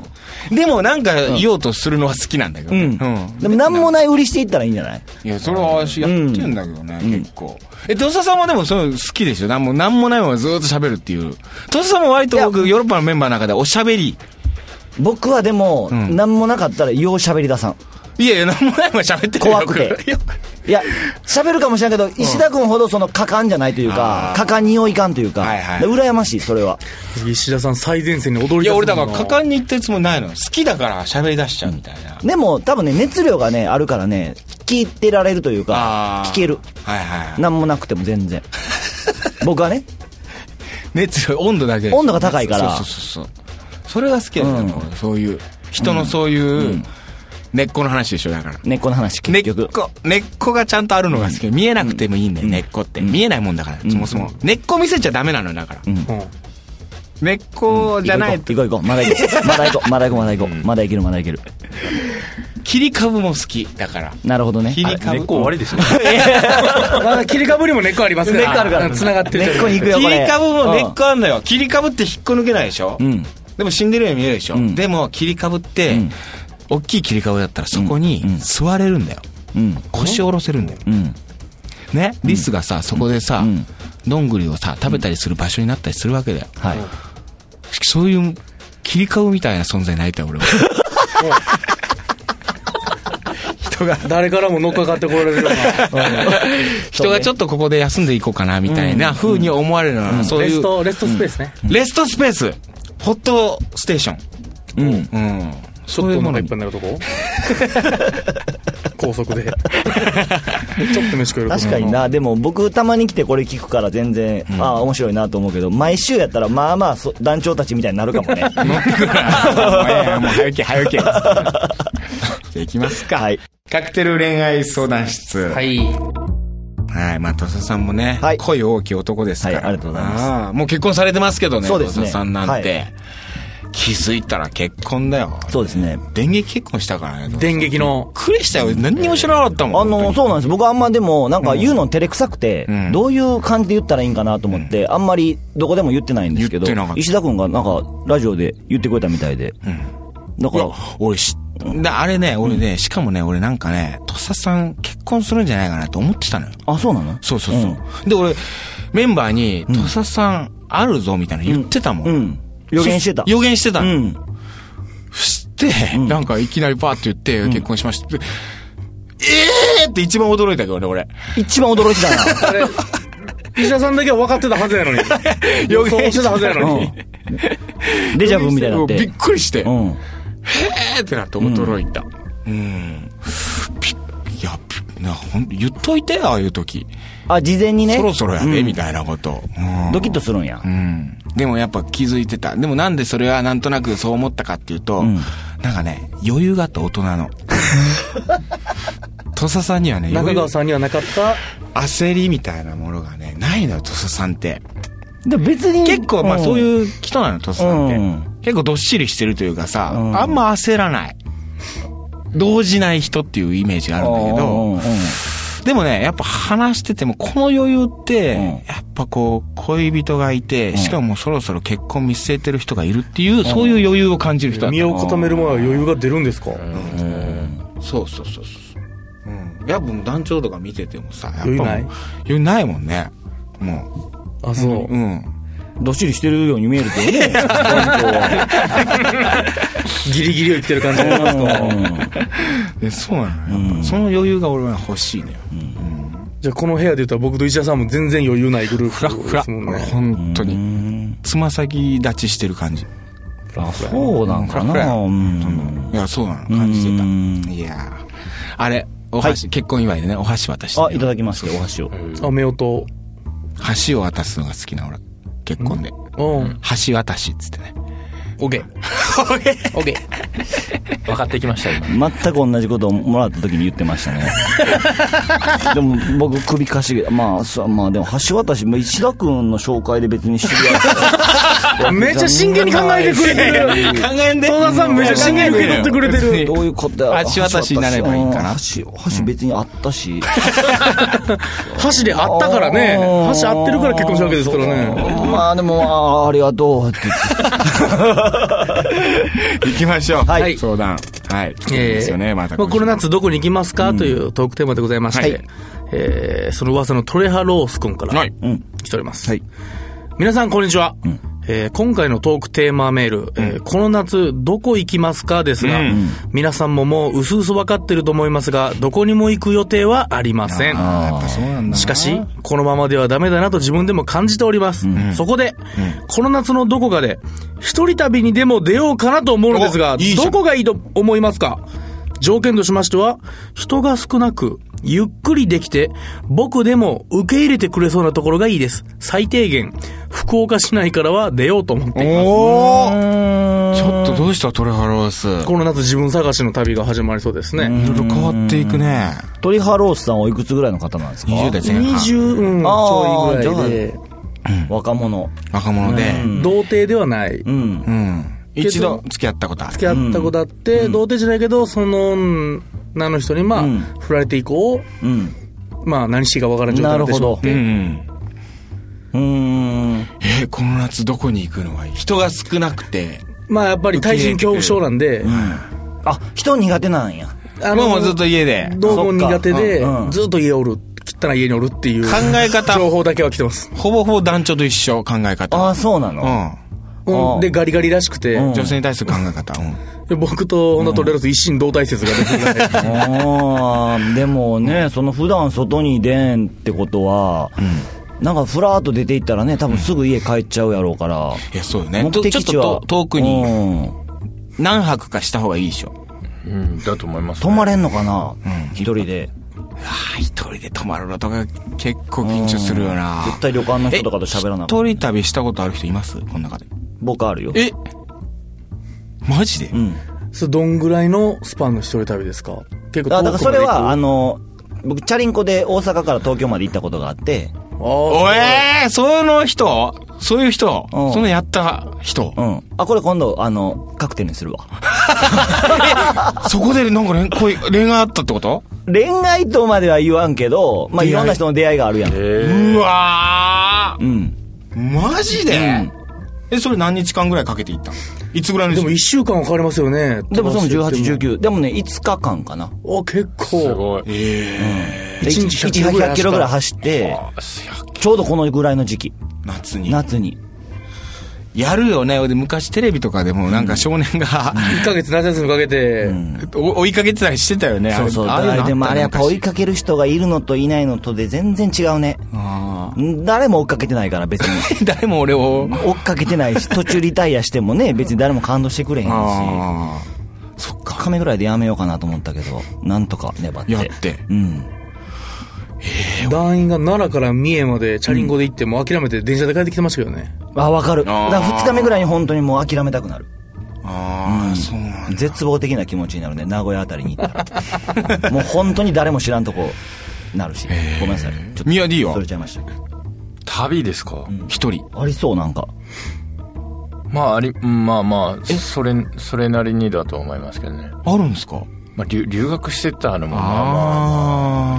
Speaker 5: ん。
Speaker 2: でもなんか言おうとするのは好きなんだけど
Speaker 5: う
Speaker 2: ね。
Speaker 5: ん。でもなんもない売りしていったらいいんじゃない
Speaker 2: いや、それは私やってんだけどね、結構。え、土佐さんはでもそういうの好きでしょなんも、なんもないままずーっと喋るっていう。土佐さんも割と僕、ヨーロッパのメンバーの中でおしゃべり。
Speaker 5: 僕はでも、
Speaker 2: ん
Speaker 5: なんもなかったらよう喋り出さん。
Speaker 2: いやいや、なんもないまま喋ってるよ
Speaker 5: 怖くて
Speaker 2: 僕よ
Speaker 5: いや、喋るかもしれんけど、石田君ほどその果敢じゃないというか、果敢においかんというか、
Speaker 2: はいはい
Speaker 5: で羨ましい、それは。
Speaker 3: 石田さん最前線に踊り出す
Speaker 2: いや、俺だから
Speaker 3: もん
Speaker 2: 果
Speaker 3: な
Speaker 2: 敢に言ってるつもりないの。好きだから喋り出しちゃうみたいな。
Speaker 5: でも、多分ね、熱量がね、あるからね、聞いてられるというか
Speaker 2: あ、ー
Speaker 5: 聞ける。
Speaker 2: はいはい。
Speaker 5: なんもなくても 全然。僕はね、
Speaker 2: 熱量、温度だけで
Speaker 5: 温度が高いから
Speaker 2: そうそうそうそう。それが好きだよ、ね
Speaker 5: うん
Speaker 2: 俺そういう。人のそういう、根っこの話でしょ、だから。
Speaker 5: 根っこの話、
Speaker 2: 根
Speaker 5: 結
Speaker 2: っ
Speaker 5: 局。
Speaker 2: こ、根っこがちゃんとあるのが好き。見えなくてもいいんだよ、根っこって。見えないもんだから、そもそも。根っこ見せちゃダメなのよ、だから。
Speaker 3: うん
Speaker 2: 根っこじゃない
Speaker 5: 行こう行こう、行こうまだ行こ う。まだ行こう、まだ行こう、まだ行こう。まだいける、まだいける。
Speaker 2: 切り株も好き、だから。
Speaker 5: なるほどね。
Speaker 2: 切り株。
Speaker 4: 根っこ終わりですよ。
Speaker 3: まだ切り株にも根っこありますね。
Speaker 5: 根っこあるから。
Speaker 3: 繋 がってる。
Speaker 5: 根っこに行くよ、
Speaker 2: 切
Speaker 5: これ。
Speaker 2: り株も根っこあんのよ。切り株って引っこ抜けないでしょ
Speaker 5: うん。うん。
Speaker 2: でも死んでるように見えるでしょ
Speaker 5: うん
Speaker 2: でも、切り株って
Speaker 5: ん、
Speaker 2: 大きい切り株だったらそこに
Speaker 5: うんうん
Speaker 2: 座れるんだよ。
Speaker 5: うん。
Speaker 2: 腰を下ろせるんだよ。
Speaker 5: うん。
Speaker 2: ね、リスがさ、そこでさ
Speaker 5: うん、
Speaker 2: どんぐりをさ、食べたりする場所になったりするわけだよ。
Speaker 5: はい。
Speaker 2: そういう、切り株みたいな存在になりたい、俺は。人が、
Speaker 3: 誰からも乗っかかってこられるような。うん
Speaker 2: 人がちょっとここで休んでいこうかな、みたいな風に思われるのは、そう
Speaker 3: レ
Speaker 2: い
Speaker 3: ス
Speaker 2: う、
Speaker 3: ト、レストスペースね。
Speaker 2: レストスペース、ホットステーション。
Speaker 5: うん。
Speaker 2: うん。
Speaker 3: ち
Speaker 2: そ
Speaker 3: ょ
Speaker 2: うい
Speaker 3: っ
Speaker 2: う
Speaker 3: と
Speaker 2: もの
Speaker 3: ものい
Speaker 2: に
Speaker 3: っぱいになるとこ高 速で。ちょっと飯食える
Speaker 5: 確かにな、でも僕、たまに来てこれ聞くから、全然、ああ、面白いなと思うけど、毎週やったら、まあまあ、そ団長たちみたいになる かもね。
Speaker 2: 乗ってくるから。もういやいやもう早起き、早 起き。じゃあ行きますか。
Speaker 5: はい。
Speaker 2: カクテル恋愛相談室。
Speaker 4: はい。
Speaker 2: はい。まあ、土佐さんもね、
Speaker 5: はい
Speaker 2: 恋大きい男ですから。
Speaker 5: はいありがとうございます
Speaker 2: ああもう結婚されてますけどね、
Speaker 5: そうですね
Speaker 2: 土佐さんなんて。
Speaker 5: は
Speaker 2: 気づいたら結婚だよ。
Speaker 5: そうですね。
Speaker 2: 電撃結婚したからね。びっ
Speaker 3: 電撃の。
Speaker 2: くりしたよ。何にも知らなかったもん。
Speaker 5: あの、そうなんです。僕あんまでも、なんか言うの照れくさくて、
Speaker 2: ん
Speaker 5: どういう感じで言ったらいいんかなと思って、あんまりどこでも言ってないんですけど
Speaker 2: 言ってなかっ、た
Speaker 5: 石田君がなんかラジオで言ってくれたみたいで。だから、
Speaker 2: 俺し、だあれね、俺ね、しかもね、俺なんかね、土佐さん結婚するんじゃないかなと思ってたのよ。
Speaker 5: あ、そうなの
Speaker 2: そうそうそう。で、俺、メンバーに、土佐さんあるぞ、みたいな言ってたもん。
Speaker 5: うん。予言してた。
Speaker 2: 予言してた
Speaker 5: う
Speaker 2: の。
Speaker 5: ん。
Speaker 2: して、なんかいきなりパーって言って、結婚しました。でええーって一番驚いたけどね、俺。
Speaker 5: 一番驚いてたな。
Speaker 3: 石田さんだけは分かってたはずやのに。予
Speaker 2: 予
Speaker 3: 想
Speaker 2: 言
Speaker 3: してたはずやのに。
Speaker 5: デジャブみたいになっ
Speaker 2: び
Speaker 5: て
Speaker 2: っ。くりして、
Speaker 5: う
Speaker 2: え
Speaker 5: ん。
Speaker 2: えーってなって驚いた。うん。びいや、びなほんと言っといてよ、ああいう時。
Speaker 5: あ、事前にね。
Speaker 2: そろそろや
Speaker 5: う
Speaker 2: で、
Speaker 5: ん
Speaker 2: みたいなこと。うん
Speaker 5: ドキッとするんや
Speaker 2: う。ん。でもやっぱ気づいてた。でもなんでそれはなんとなくそう思ったかっていうと、
Speaker 5: ん
Speaker 2: なんかね、余裕があった大人の。土佐さんにはね、
Speaker 3: 中
Speaker 2: 余裕
Speaker 3: 川さんにはなかった。
Speaker 2: 焦りみたいなものがね、ないのよ、土佐さんって。
Speaker 5: でも別に。
Speaker 2: 結構、まあそう
Speaker 5: う
Speaker 2: いう人なの、土佐さんって。
Speaker 5: うん
Speaker 2: 結構どっしりしてるというかさ、
Speaker 5: うん
Speaker 2: あんま焦らない。動じない人っていうイメージがあ
Speaker 5: ん。
Speaker 2: るんだけど、
Speaker 5: うんうんうん
Speaker 2: でもね、やっぱ話してても、この余裕って、
Speaker 5: うん
Speaker 2: やっぱこう、恋人がいて、
Speaker 5: ん
Speaker 2: しかもそろそろ結婚見据えてる人がいるっていう、そういう余裕を感じる人だった
Speaker 3: 身
Speaker 2: の。
Speaker 3: を固める前は余裕が出るんですか
Speaker 2: そうそうそうそう。うん。やっぱもう団長とか見ててもさ、やっぱもう
Speaker 3: 余裕ない
Speaker 2: 余裕ないもんね。も
Speaker 3: あ、そう
Speaker 2: う。。うん。
Speaker 5: どっしりしてるように見えるけ どね。本
Speaker 3: ギリギリを生きてる感じがありますか
Speaker 5: 当はうん
Speaker 2: えそうなのよやっぱ、その余裕が俺は欲しいのよ。
Speaker 3: じゃあこの部屋で言ったら僕と石田さんも全然余裕ないグループ
Speaker 2: フラフラ。
Speaker 3: ですもんね。
Speaker 2: 本当に。つま先立ちしてる感じ。
Speaker 5: あそうなんか
Speaker 2: フラフラ
Speaker 5: な。うん
Speaker 2: いや、そうなの。感じてた。
Speaker 5: うん
Speaker 2: いやーあれ、お箸、結婚祝いでね、お箸渡してね、
Speaker 5: あ、いただきましたよ、お箸を。
Speaker 3: あ、目音。
Speaker 2: 箸を渡すのが好きな俺。結婚で。
Speaker 3: うん。
Speaker 2: 箸渡しっつってね。
Speaker 4: オケオケ分かってきました、今。
Speaker 5: 全く同じことをもらった時に言ってましたね。 でも僕首かしげ、まあ、そうまあでも橋渡し、まあ石田君の紹介で別に知り合い
Speaker 3: めっちゃ真剣に考えてくれ てる。
Speaker 2: えんで。
Speaker 3: 戸田さんめっちゃ真剣に受け取ってくれてる。
Speaker 5: どういうことや
Speaker 2: 橋渡しになればいいかな
Speaker 5: 橋渡し、橋橋別にあったし。
Speaker 3: 箸であったからね。箸合ってるから結婚したわけですからね。
Speaker 5: まあでも、あーありがとうって言って。
Speaker 2: 行きましょう。
Speaker 5: はい
Speaker 2: 相談。はい。来てるんですよね、また。
Speaker 3: あ、この夏どこに行きますか、というトークテーマでございまして、
Speaker 2: はい
Speaker 3: えー、その噂のトレハロース君から、
Speaker 2: はい。
Speaker 3: 来ております。皆さん、こんにちは。えー今回のトークテーマメール、えーこの夏、どこ行きますかですが、皆さんももう、うすうす分かってると思いますが、どこにも行く予定はありません。
Speaker 2: あーやっぱそうなんだな。
Speaker 3: しかし、このままではダメだなと自分でも感じております。そこで、この夏のどこかで、一人旅にでも出ようかなと思うのですが、
Speaker 2: おいいじゃん
Speaker 3: どこがいいと思いますか条件としましては、人が少なく、ゆっくりできて、僕でも受け入れてくれそうなところがいいです。最低限、福岡市内からは出ようと思っています。
Speaker 2: おーちょっとどうしたトレハロース。い
Speaker 3: この夏自分探しの旅が始まりそうですね。
Speaker 2: ろいろ変わっていくね。
Speaker 5: 鳥ハロースさんおいくつぐらいの方なんですか
Speaker 2: 20代前半。
Speaker 3: 20、うん、ちょいぐらいで、
Speaker 5: 若者。
Speaker 2: 若者で。
Speaker 3: 童貞ではない。
Speaker 5: うん。
Speaker 2: うん。
Speaker 3: ど
Speaker 2: 一度付き合ったことあ
Speaker 3: 付き
Speaker 2: る。
Speaker 3: 合ったことあって、童貞じゃないけど、その女の人に、まあ、
Speaker 5: うん
Speaker 3: 振られて以降、
Speaker 5: うん。
Speaker 3: まあ、何していいか分からん状態
Speaker 5: な
Speaker 3: になっ
Speaker 5: る
Speaker 3: て
Speaker 5: ほ
Speaker 3: しま
Speaker 5: ど
Speaker 3: っ。
Speaker 5: う
Speaker 3: て。
Speaker 2: うん。
Speaker 5: ーん。
Speaker 2: えー、この夏どこに行くのがいい人が少なくて。
Speaker 3: まあ、やっぱり対人恐怖症なんで、
Speaker 5: あ、人苦手なんや。
Speaker 3: あ
Speaker 2: もうもうずっと家で。
Speaker 3: どうも苦手で、
Speaker 5: そっかうんうん
Speaker 3: ずっと家おる、汚い家におるっていう。
Speaker 2: 考え方
Speaker 3: 情報だけは来てます。
Speaker 2: ほぼほぼ団長と一緒、考え方。
Speaker 5: ああ、そうなの
Speaker 2: う
Speaker 5: あ
Speaker 3: うんで、ガリガリらしくて、
Speaker 5: うん
Speaker 2: ん。女性に対する考え方。うん。
Speaker 3: で僕とホンダトレロス一心同体説が出てるぐら い
Speaker 5: あーでもね、その普段外に出んってことは、なんかふらーっと出て行ったらね、多分すぐ家帰っちゃうやろうから、
Speaker 2: いや、そうよね。
Speaker 5: 目
Speaker 2: とちょ
Speaker 5: 的
Speaker 2: っと
Speaker 5: 地は
Speaker 2: と遠くに
Speaker 5: うん
Speaker 2: 何泊かした方がいいでしょ。
Speaker 4: うん、だと思います、
Speaker 5: 泊まれんのかな、一人で、
Speaker 2: ああ、一人で泊まるのとか結構緊張するよな。
Speaker 5: 絶対旅館の人とかと喋らな
Speaker 2: え
Speaker 5: かった
Speaker 2: 一人旅したことある人いますこの中で。
Speaker 5: 僕あるよ、
Speaker 2: えマジで
Speaker 5: うん、
Speaker 3: それどんぐらいのスパンの一人旅ですか結構
Speaker 5: あだからそれは、あ
Speaker 3: の、
Speaker 5: の僕、チャリンコで大阪から東京まで行ったことがあって、
Speaker 2: おえー、その人そういう人
Speaker 5: うん
Speaker 2: そのやった人
Speaker 5: うん。あ、これ今度、あの、カクテルにするわ。
Speaker 2: そこでなんか恋恋恋愛あったってこと
Speaker 5: 恋愛とまでは言わんけど、まあ、いろんな人の出会いがあるやん。
Speaker 2: うわ
Speaker 5: うん。
Speaker 2: ーマジで、え、それ何日間ぐらいかけていったのいつぐらいの
Speaker 3: でも1週間はかかりますよね。
Speaker 5: でもその18、
Speaker 3: 飛ばしてっても。
Speaker 5: 19。でもね、5日間かな。
Speaker 3: お、結構。
Speaker 4: すごい。
Speaker 3: 1日100キロぐらい走った
Speaker 5: キロぐらい走って、ちょうどこのぐらいの時期。
Speaker 2: 夏に。
Speaker 5: 夏に。
Speaker 2: やるよね。で、昔テレビとかでもなんか少年が、
Speaker 3: 1ヶ月夏休みかけて、
Speaker 2: お追いかけてたりしてたよね。
Speaker 5: そうそう。
Speaker 2: あ
Speaker 5: だ
Speaker 2: れ
Speaker 5: か
Speaker 2: ああいう
Speaker 5: ら
Speaker 2: の
Speaker 5: でもあれやっぱ追い
Speaker 2: か
Speaker 5: かける人がいるのといないのとで全然違うね。ん誰も追っかけてないから別 に。
Speaker 2: け 誰も俺を。
Speaker 5: 追っかけてないし、途中リタイアしてもね、別に誰も感動してくれへんし。
Speaker 2: あ
Speaker 5: 2日目ぐらいでやめようかなと思ったけど、なんとか粘っ
Speaker 2: あ。
Speaker 5: て。
Speaker 2: やって。
Speaker 5: うん。
Speaker 3: 団員が奈良から三重までチャリンコで行って、もう諦めて電車で帰ってきてましたけどね。
Speaker 5: あ、わかる。
Speaker 2: あ
Speaker 5: だ
Speaker 2: ー
Speaker 5: から2日目ぐらいに本当にもう諦めたくなる。
Speaker 2: ああ、そうなんだ。
Speaker 5: 絶望的な気持ちになるね、名古屋あたりに行った ら。もう本当に誰も知らんとこなるし。ごめんなさい。ちょっと。
Speaker 2: ミヤ D は
Speaker 5: それちゃいました。
Speaker 4: 旅ですか
Speaker 2: 一人。
Speaker 5: ありそう、なんか。
Speaker 4: まあ、あり、うんまあまあ、それ、それなりにだと思いますけどね。
Speaker 2: あるんですか
Speaker 4: まあ、留留学してたのも、まあ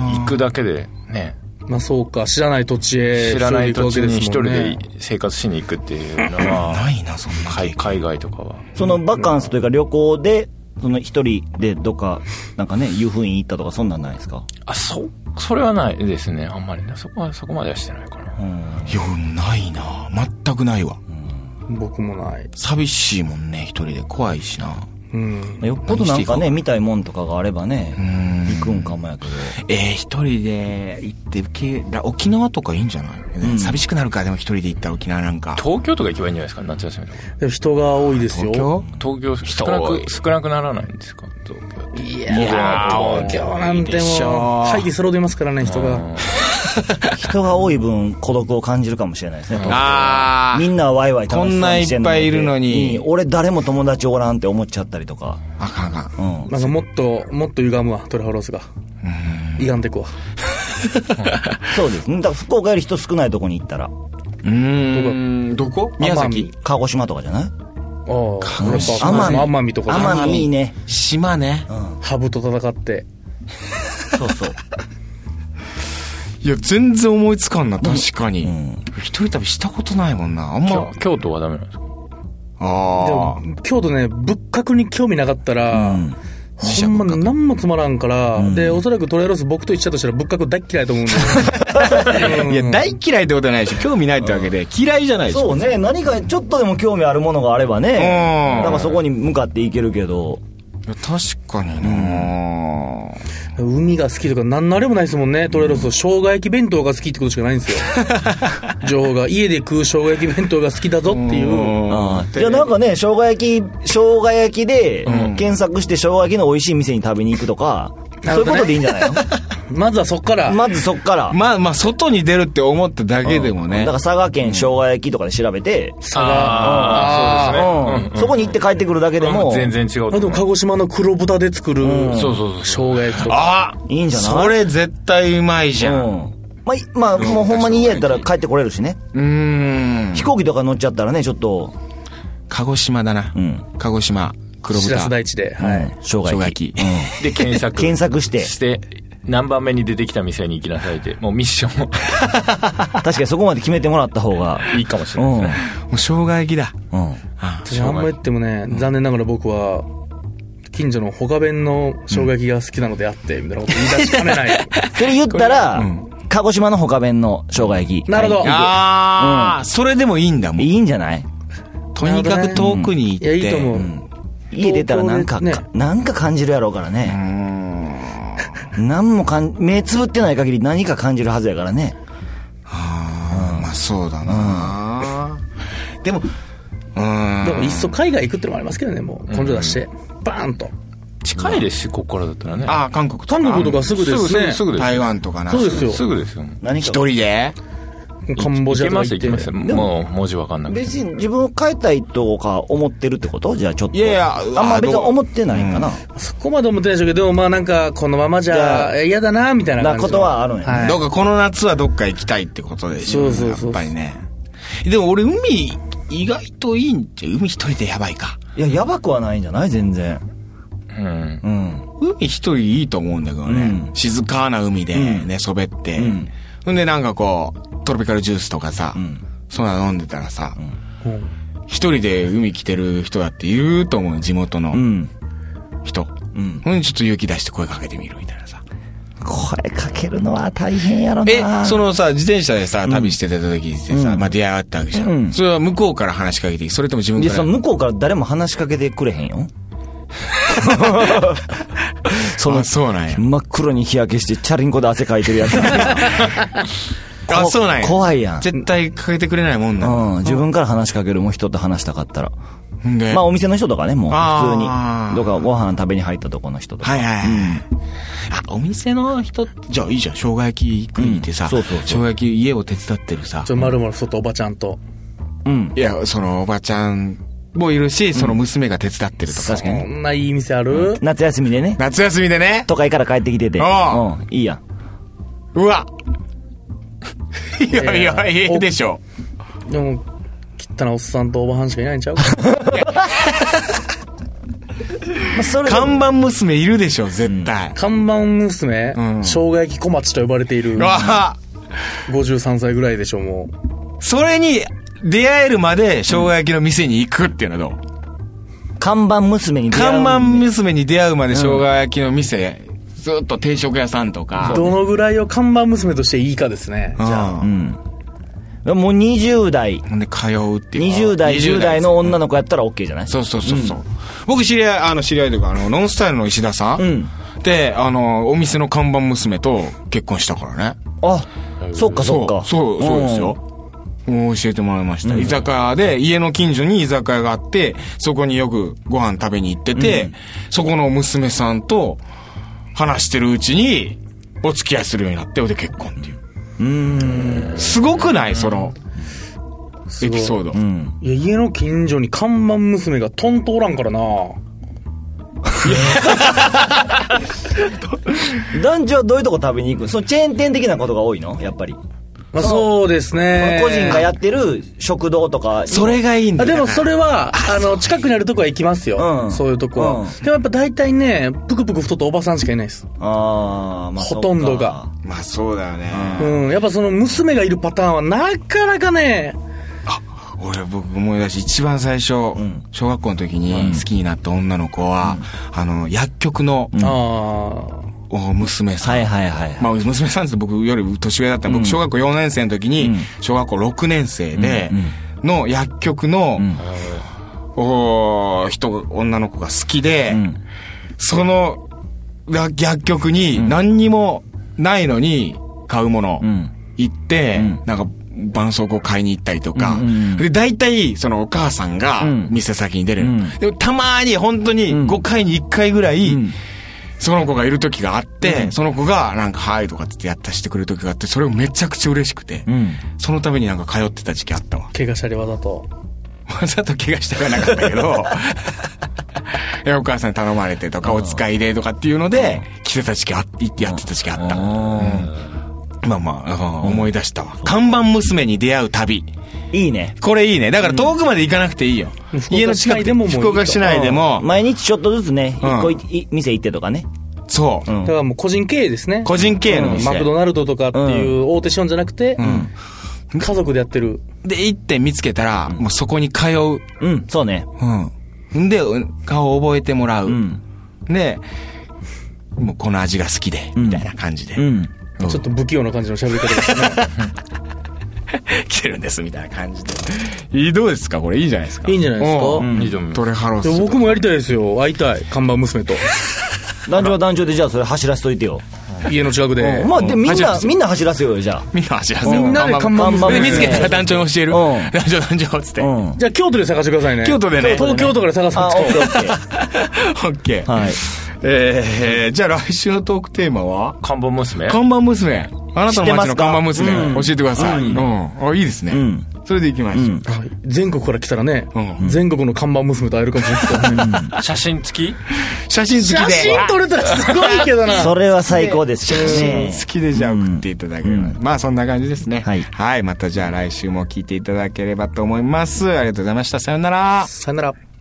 Speaker 4: まあ、行
Speaker 2: あ
Speaker 4: くだけで、ね。
Speaker 3: まあそうか、知らない土地へ。
Speaker 4: 知らない土地に一人
Speaker 3: そういう
Speaker 4: で
Speaker 3: 行くわけですもんね
Speaker 4: 生活しに行くっていうの
Speaker 2: あ。
Speaker 4: は、
Speaker 2: ないな、そんな。
Speaker 4: 海海外とかは。
Speaker 5: そのバカンスというか旅行で、その一人でどっか、なんか ね、遊夫院行ったとかそんなんないですか
Speaker 4: あ、そ、それはないですね。あんまりね。そこは、そこまではしてないかな。
Speaker 2: いや、俺もないな。全くないわ。
Speaker 3: 僕もない。
Speaker 2: 寂しいもんね、一人で。怖いしな。
Speaker 3: うん。
Speaker 5: よっぽどな
Speaker 2: 何
Speaker 5: んか
Speaker 2: していこう
Speaker 5: ね、見たいもんとかがあればね、行くんかもやけど。
Speaker 2: えー、一人で行って受けら、沖縄とかいいんじゃない、寂しくなるか、でも一人で行ったら沖縄なんか。
Speaker 4: 東京とか行けばいいんじゃないですか夏休みとか。
Speaker 3: でも人が多いですよ。
Speaker 2: 東京
Speaker 4: 東京少なく、少なくならないんですか東京って。い
Speaker 2: いやー
Speaker 3: 東京なんて
Speaker 2: いいでしょ
Speaker 3: もう、
Speaker 2: う
Speaker 3: 入って揃ってますからね、人が。
Speaker 5: 人が多い分、孤独を感じるかもしれないですね。
Speaker 2: あ
Speaker 5: みんなはワイワイ楽しそうにしてんの
Speaker 2: こんないっぱい
Speaker 5: に
Speaker 2: いるのに
Speaker 5: うん俺誰も友達おらんって思っちゃったりとか。
Speaker 2: あかんあかん。
Speaker 5: うん。
Speaker 3: なんかもっと、もっと歪むわ、トレハロースが。歪んでくわ。
Speaker 5: そうですね。だから福岡より人少ないとこに行ったら、
Speaker 2: うーん。どこ宮崎。
Speaker 5: 鹿児島とかじゃない
Speaker 3: ああ、やっぱ
Speaker 5: 奄美
Speaker 3: 奄美とか
Speaker 5: 奄美いいね。
Speaker 2: 島ね。
Speaker 3: ハブと戦って。
Speaker 5: そうそう。
Speaker 2: いや、全然思いつかんな、確かに。
Speaker 5: ん
Speaker 2: 一人旅したことないもんな。あんま
Speaker 4: 京。京都はダメなんです
Speaker 3: で
Speaker 4: か
Speaker 2: あ
Speaker 3: も、京都ね、仏閣に興味なかったら、ほんま何もつまらんから、で、おそらくトレロス僕と一緒だとしたら仏閣大っ嫌いだと思うんだ よ
Speaker 2: あ。いや、大嫌いってことはないでしょ。興味ないってわけで、嫌いじゃないでしょ。
Speaker 5: そうね。何かちょっとでも興味あるものがあればね
Speaker 2: う、ん
Speaker 5: だからそこに向かって行けるけど、
Speaker 2: いや確かにな
Speaker 3: 海が好きとか何のあれもないですもんね、トレロスと生姜焼き弁当が好きってことしかないんですよ。情報が、家で食う生姜焼き弁当が好きだぞっていう。
Speaker 5: あーじゃあなんかね、生姜焼き、生姜焼きで、検索して生姜焼きの美味しい店に食べに行くとか、そういうことでいいんじゃない
Speaker 3: まずはそっから
Speaker 5: の、まずそっから。
Speaker 2: まあまあ、外に出るって思っただけでも
Speaker 5: だ
Speaker 2: ね
Speaker 5: から。佐賀県生姜焼きとかで調べて、
Speaker 3: 差が。
Speaker 4: ああ、そうですね。
Speaker 5: うんそこに行って帰ってくるだけでも、
Speaker 4: 全然違うと思
Speaker 3: あ
Speaker 4: う。
Speaker 3: でも鹿児島の黒豚で作る、
Speaker 4: そうそうそう
Speaker 3: 生姜焼きとか。
Speaker 2: あ
Speaker 5: いいんじゃない
Speaker 2: それ絶対うまいじ
Speaker 5: う
Speaker 2: ゃん。
Speaker 5: ん。まあ、いまあ、もうほんまに家やったら帰ってこれるしね。
Speaker 2: うーん。
Speaker 5: 飛行機とか乗っちゃったらね、ちょっと、
Speaker 2: 鹿児島だな。
Speaker 5: ん
Speaker 2: 鹿児島、黒
Speaker 3: しら
Speaker 2: 豚
Speaker 3: す、大地で。はい。
Speaker 5: うん生姜
Speaker 2: 生姜
Speaker 5: 焼き。
Speaker 2: 焼き。
Speaker 4: で、検索。
Speaker 5: 検索 して
Speaker 4: して、何番目に出てきた店に行きなさ いって、もうミッションも
Speaker 5: 確かにそこまで決めてもらった方が。
Speaker 4: いいかもし
Speaker 5: う
Speaker 4: れない
Speaker 5: ん。う
Speaker 2: も
Speaker 5: ん
Speaker 4: ですね。。
Speaker 2: う生姜焼きだ。
Speaker 3: 私あんま言ってもね、残念ながら僕は、近所の他弁の生姜焼きが好きなのであって、みたいなこと言い出しかねない。
Speaker 5: それ言ったら、鹿児島の他弁の生姜焼き。
Speaker 3: なるほど。
Speaker 2: ああ、それでもいいんだもん。
Speaker 5: いいんじゃない
Speaker 2: とにかく遠くに行っ
Speaker 3: いや、
Speaker 2: て。
Speaker 3: いいと思う。
Speaker 5: 家出たらなんか、
Speaker 3: 東京で
Speaker 5: かなんか感じるやろうからね。何もかん、目つぶってない限り何か感じるはずやからね。
Speaker 2: あーまあそうだな、でも、うーん。
Speaker 3: でも、いっそ海外行くってのもありますけどね、もう、根性出して。バーンと。
Speaker 4: 近いですし、ここからだったらね。
Speaker 2: ああ、韓国とか。
Speaker 3: 韓国とかすぐです
Speaker 4: すぐ
Speaker 3: ね。
Speaker 4: すぐです。
Speaker 2: 台湾とかな。
Speaker 3: そうですよ。
Speaker 4: すぐですよ。
Speaker 5: 何か。
Speaker 2: 一人で
Speaker 3: カンボジア
Speaker 4: いけ
Speaker 3: とか
Speaker 4: ます
Speaker 3: 行
Speaker 4: い
Speaker 3: って
Speaker 4: けますもう文字わかんなくて
Speaker 5: 別に自分を変えたいとか思ってるってことじゃあちょっと。
Speaker 2: いやいや
Speaker 5: あんま別に
Speaker 2: どう
Speaker 5: 思ってないかな。
Speaker 3: そこまで思ってないでしょうけど、まあなんか、このままじ
Speaker 5: じ
Speaker 3: ゃ
Speaker 5: ゃ
Speaker 3: え嫌だな、みたいな感
Speaker 5: な
Speaker 3: じ。
Speaker 5: ことはあるんやね
Speaker 3: はい
Speaker 2: どうかこの夏はどっか行きたいってことでしょ、ね、
Speaker 3: そうそうそう
Speaker 2: やっぱりね。でも俺、海、意外といいんじゃ、海一人でやばいか。
Speaker 5: いや、やばくはないんじゃない全然。
Speaker 4: うん
Speaker 5: うん。
Speaker 2: 海一人いいと思うんだけどね。
Speaker 5: うん
Speaker 2: 静かな海で
Speaker 5: う
Speaker 2: 寝そべって。
Speaker 5: うん
Speaker 2: ほんでなんかこう、トロピカルジュースとかさ、
Speaker 5: ん
Speaker 2: そんなの飲んでたらさ、一人で海来てる人だっていると思う、地元
Speaker 5: う
Speaker 2: の
Speaker 5: ん。
Speaker 2: 人。
Speaker 5: うん。
Speaker 2: ほんでちょっと勇気出して声かけてみるみたいなさ。
Speaker 5: 声かけるのは大変やろ
Speaker 2: え
Speaker 5: な。、
Speaker 2: そ、のさ、自転車でさ、旅してた時ってさ、
Speaker 5: うん
Speaker 2: まあ出会ったわけじゃん,、
Speaker 5: うん
Speaker 2: それは向こうから話しかけていいそれとも自分
Speaker 5: い
Speaker 2: か
Speaker 5: や、
Speaker 2: ら
Speaker 5: その向こうから誰も話しかけてくれへん よ。その
Speaker 2: あ、そうなんや。
Speaker 5: 真っ黒に日焼けしてチャリンコで汗かいてるやつ。
Speaker 2: あ、そうなんや。
Speaker 5: 怖いやん。
Speaker 2: 絶対かけてくれないもんな。
Speaker 5: うん、自分から話しかけるもん人と話したかったら。
Speaker 2: んで、
Speaker 5: まあお店の人とかね、もう普通に
Speaker 2: あー。
Speaker 5: どっかご飯食べに入ったとこの人とか。
Speaker 2: はいはいはい。あ、お店の人って、じゃあいいじゃん。生姜焼き食いに行ってさ、
Speaker 5: うんそうそうそう
Speaker 2: 生姜焼き家を手伝ってるさ
Speaker 3: ちょ、。まるまる外おばちゃんと。
Speaker 5: うん。
Speaker 2: いや、そのおばちゃんもいるし、その娘が手伝ってるとか。
Speaker 5: 確か
Speaker 3: こ
Speaker 5: に。
Speaker 3: んないい店ある
Speaker 5: 夏休みでね、
Speaker 2: 夏休みでね。
Speaker 5: 都会から帰ってきてて。う
Speaker 2: あ
Speaker 5: ん、いいやん。
Speaker 2: うわ。 いやいや、
Speaker 3: いや
Speaker 2: ええでしょ。
Speaker 3: でも、汚なおっさんとおばはんしかいないんちゃう
Speaker 5: まあそれで
Speaker 2: 看板娘いるでしょ、絶対。
Speaker 3: 看板娘、
Speaker 2: うん
Speaker 3: 生姜焼き小町と呼ばれている
Speaker 2: う、わ
Speaker 3: 53歳ぐらいでしょ、も
Speaker 2: それに、出会えるまで生姜焼きの店に行くっていうのはどう
Speaker 5: 看板娘に出会う
Speaker 2: 看
Speaker 5: んで
Speaker 2: 板娘に出会うまで生姜焼きの店、ずっと定食屋さんと
Speaker 3: う。
Speaker 2: か。
Speaker 3: どのぐらいを看板娘としていいかですね。
Speaker 2: うん
Speaker 5: うん。もう20代、
Speaker 2: ほんで通うっていうか。
Speaker 5: 20代、10代の
Speaker 2: 女
Speaker 5: 女の子やったら OK じゃない
Speaker 2: そうそうそうそう。僕知り合い、あの、知り合いというか、あの、ノンスタイルの石田さん。
Speaker 5: うん
Speaker 2: で、あの、お店の看板娘と結婚したからね。
Speaker 5: あ、そっかそっか。
Speaker 2: そう、そうですよ。もう教えてもらいました。居酒屋で、家の近所に居酒屋があって、そこによくご飯食べに行ってて、そこの娘さんと話してるうちに、お付き合いするようになって、で結婚っていう。うん。すごくないその、エピソード。
Speaker 5: うん。う
Speaker 2: い
Speaker 5: ん。
Speaker 3: いや、家の近所に看板娘がトンとおらんからな。
Speaker 5: 団長はどういうとこ食べに行くのそのチェーン店的なことが多いのやっぱり。
Speaker 3: まあそうですね。
Speaker 5: 個人がやってる食堂とか。
Speaker 2: それがいいんだ
Speaker 3: あ
Speaker 2: よ
Speaker 3: でもそれ は、あの、近くにあるとこは行きますよ。
Speaker 5: うん
Speaker 3: そういうとこは。
Speaker 5: う
Speaker 3: で
Speaker 5: ん
Speaker 3: もやっぱ大体ね、ぷくぷく太ったおばさんしかいないです。
Speaker 5: あー、まあ、
Speaker 3: ほとんどが。
Speaker 2: まあそうだよね。
Speaker 3: うん。やっぱその娘がいるパターンはなかなかね、
Speaker 2: 俺僕思い出し一番最初、
Speaker 5: ん
Speaker 2: 小学校の時に好きになった女の子は、あの薬局の、
Speaker 3: ああ。
Speaker 2: お娘さん、
Speaker 5: はいはいはいはい。
Speaker 2: まあ、娘さんって僕より年上だった、僕小学校4年生の時に、小学校6年生で、の薬局の、おー人、女の子が好きで、
Speaker 5: ん
Speaker 2: その薬薬局に何にもないのに買うもの、
Speaker 5: ん
Speaker 2: 行って、
Speaker 5: ん
Speaker 2: なんか、絆創膏買いに行ったりとか。
Speaker 5: うんうんうん
Speaker 2: で、大体、そのお母さんが
Speaker 5: ん、
Speaker 2: 店先に出るの、
Speaker 5: うん
Speaker 2: でも、たまに、本当に、5回に1回ぐらい、
Speaker 5: ん
Speaker 2: その子がいる時があって、その子が、なんか、はいとかって言ってやったしてくれる時があって、それをめちゃくちゃ嬉しくて、
Speaker 5: うん。
Speaker 2: そのためになんか通ってた時期あったわ。
Speaker 3: 怪我したりわざと。
Speaker 2: わざと怪我したくはなかったけど、 いやお母さんに頼まれてとか、お使いでとかっていうので、着てた時期あっ、行ってやってた時期あった。まあまあうん、思い出したわ。看板娘に出会う旅。
Speaker 5: いいね。
Speaker 2: これいいね。だから遠くまで行かなくていいよ。
Speaker 3: うん福岡
Speaker 2: 家の近く
Speaker 3: 市内でももういいと
Speaker 2: 福岡市内でも、
Speaker 5: 毎日ちょっとずつね、
Speaker 2: うん
Speaker 5: 一個いい店行ってとかね。
Speaker 2: そう、
Speaker 5: ん
Speaker 3: だからもう個人経営ですね。
Speaker 2: 個人経営の
Speaker 3: うんマ
Speaker 2: 店
Speaker 3: ク。ドナルドとかっていう大手資本じゃなくて、家族でやってる。
Speaker 2: で、行って見つけたら、もうそこに通う。
Speaker 5: うん、そうね。
Speaker 2: うん。んで、うん顔を覚えてもらう。
Speaker 5: うん。
Speaker 2: で、もうこの味が好きで、みたいな感じで、
Speaker 5: うん。
Speaker 2: うん
Speaker 3: ちょっと不器用な感じの喋り方ですね。
Speaker 2: 来てるんです、みたいな感じで。いい、どうですかこれいいじゃないですか。
Speaker 3: いいんじゃないですか
Speaker 2: うん
Speaker 4: いいと思います
Speaker 2: トレハロス
Speaker 3: で。も僕もやりたいですよ。会いたい。看板娘と。
Speaker 5: 団長は団長でじゃあそれ走らせといてよ。
Speaker 3: 家の近くで。
Speaker 5: まあで、みん
Speaker 2: 走ら
Speaker 5: な、
Speaker 2: せ
Speaker 5: みんな走らせようよ、じゃ
Speaker 2: みんな走らせ
Speaker 3: み
Speaker 2: ようん
Speaker 3: なで看板
Speaker 5: 看板
Speaker 2: で
Speaker 3: 娘。
Speaker 2: 見つけたら団長に教える。
Speaker 5: う
Speaker 2: 団
Speaker 5: ん
Speaker 2: 長、団長、つって。
Speaker 5: あ。うん。
Speaker 3: じゃあ京都で探してくださいね。
Speaker 2: 京都でね
Speaker 3: 東京都から探す
Speaker 5: あ、
Speaker 3: ん
Speaker 5: オ
Speaker 3: で
Speaker 5: ッケーオッケ
Speaker 2: オッケー。
Speaker 5: ー。はい。
Speaker 2: えー、じゃあ来週のトークテーマは
Speaker 4: 看板娘
Speaker 2: 看板娘。あなたの町の看板娘、
Speaker 5: うん
Speaker 2: 教えてください。うん。あ、いいですね。
Speaker 5: ん
Speaker 2: それで行きましょう。
Speaker 5: うん
Speaker 3: あ全国から来たらね、
Speaker 2: うん
Speaker 3: 全国の看板娘と会えるかもしれ ないですからね。
Speaker 4: 写真付き
Speaker 2: 写真好きで。
Speaker 3: 撮れたらすごいけど
Speaker 5: それは最高ですけどね
Speaker 2: 好きでじゃあ送っていただければ、まあそんな感じですね
Speaker 5: はい
Speaker 2: またじゃあ来週も聞いていただければと思いますありがとうございましたさようなら
Speaker 3: さよなら。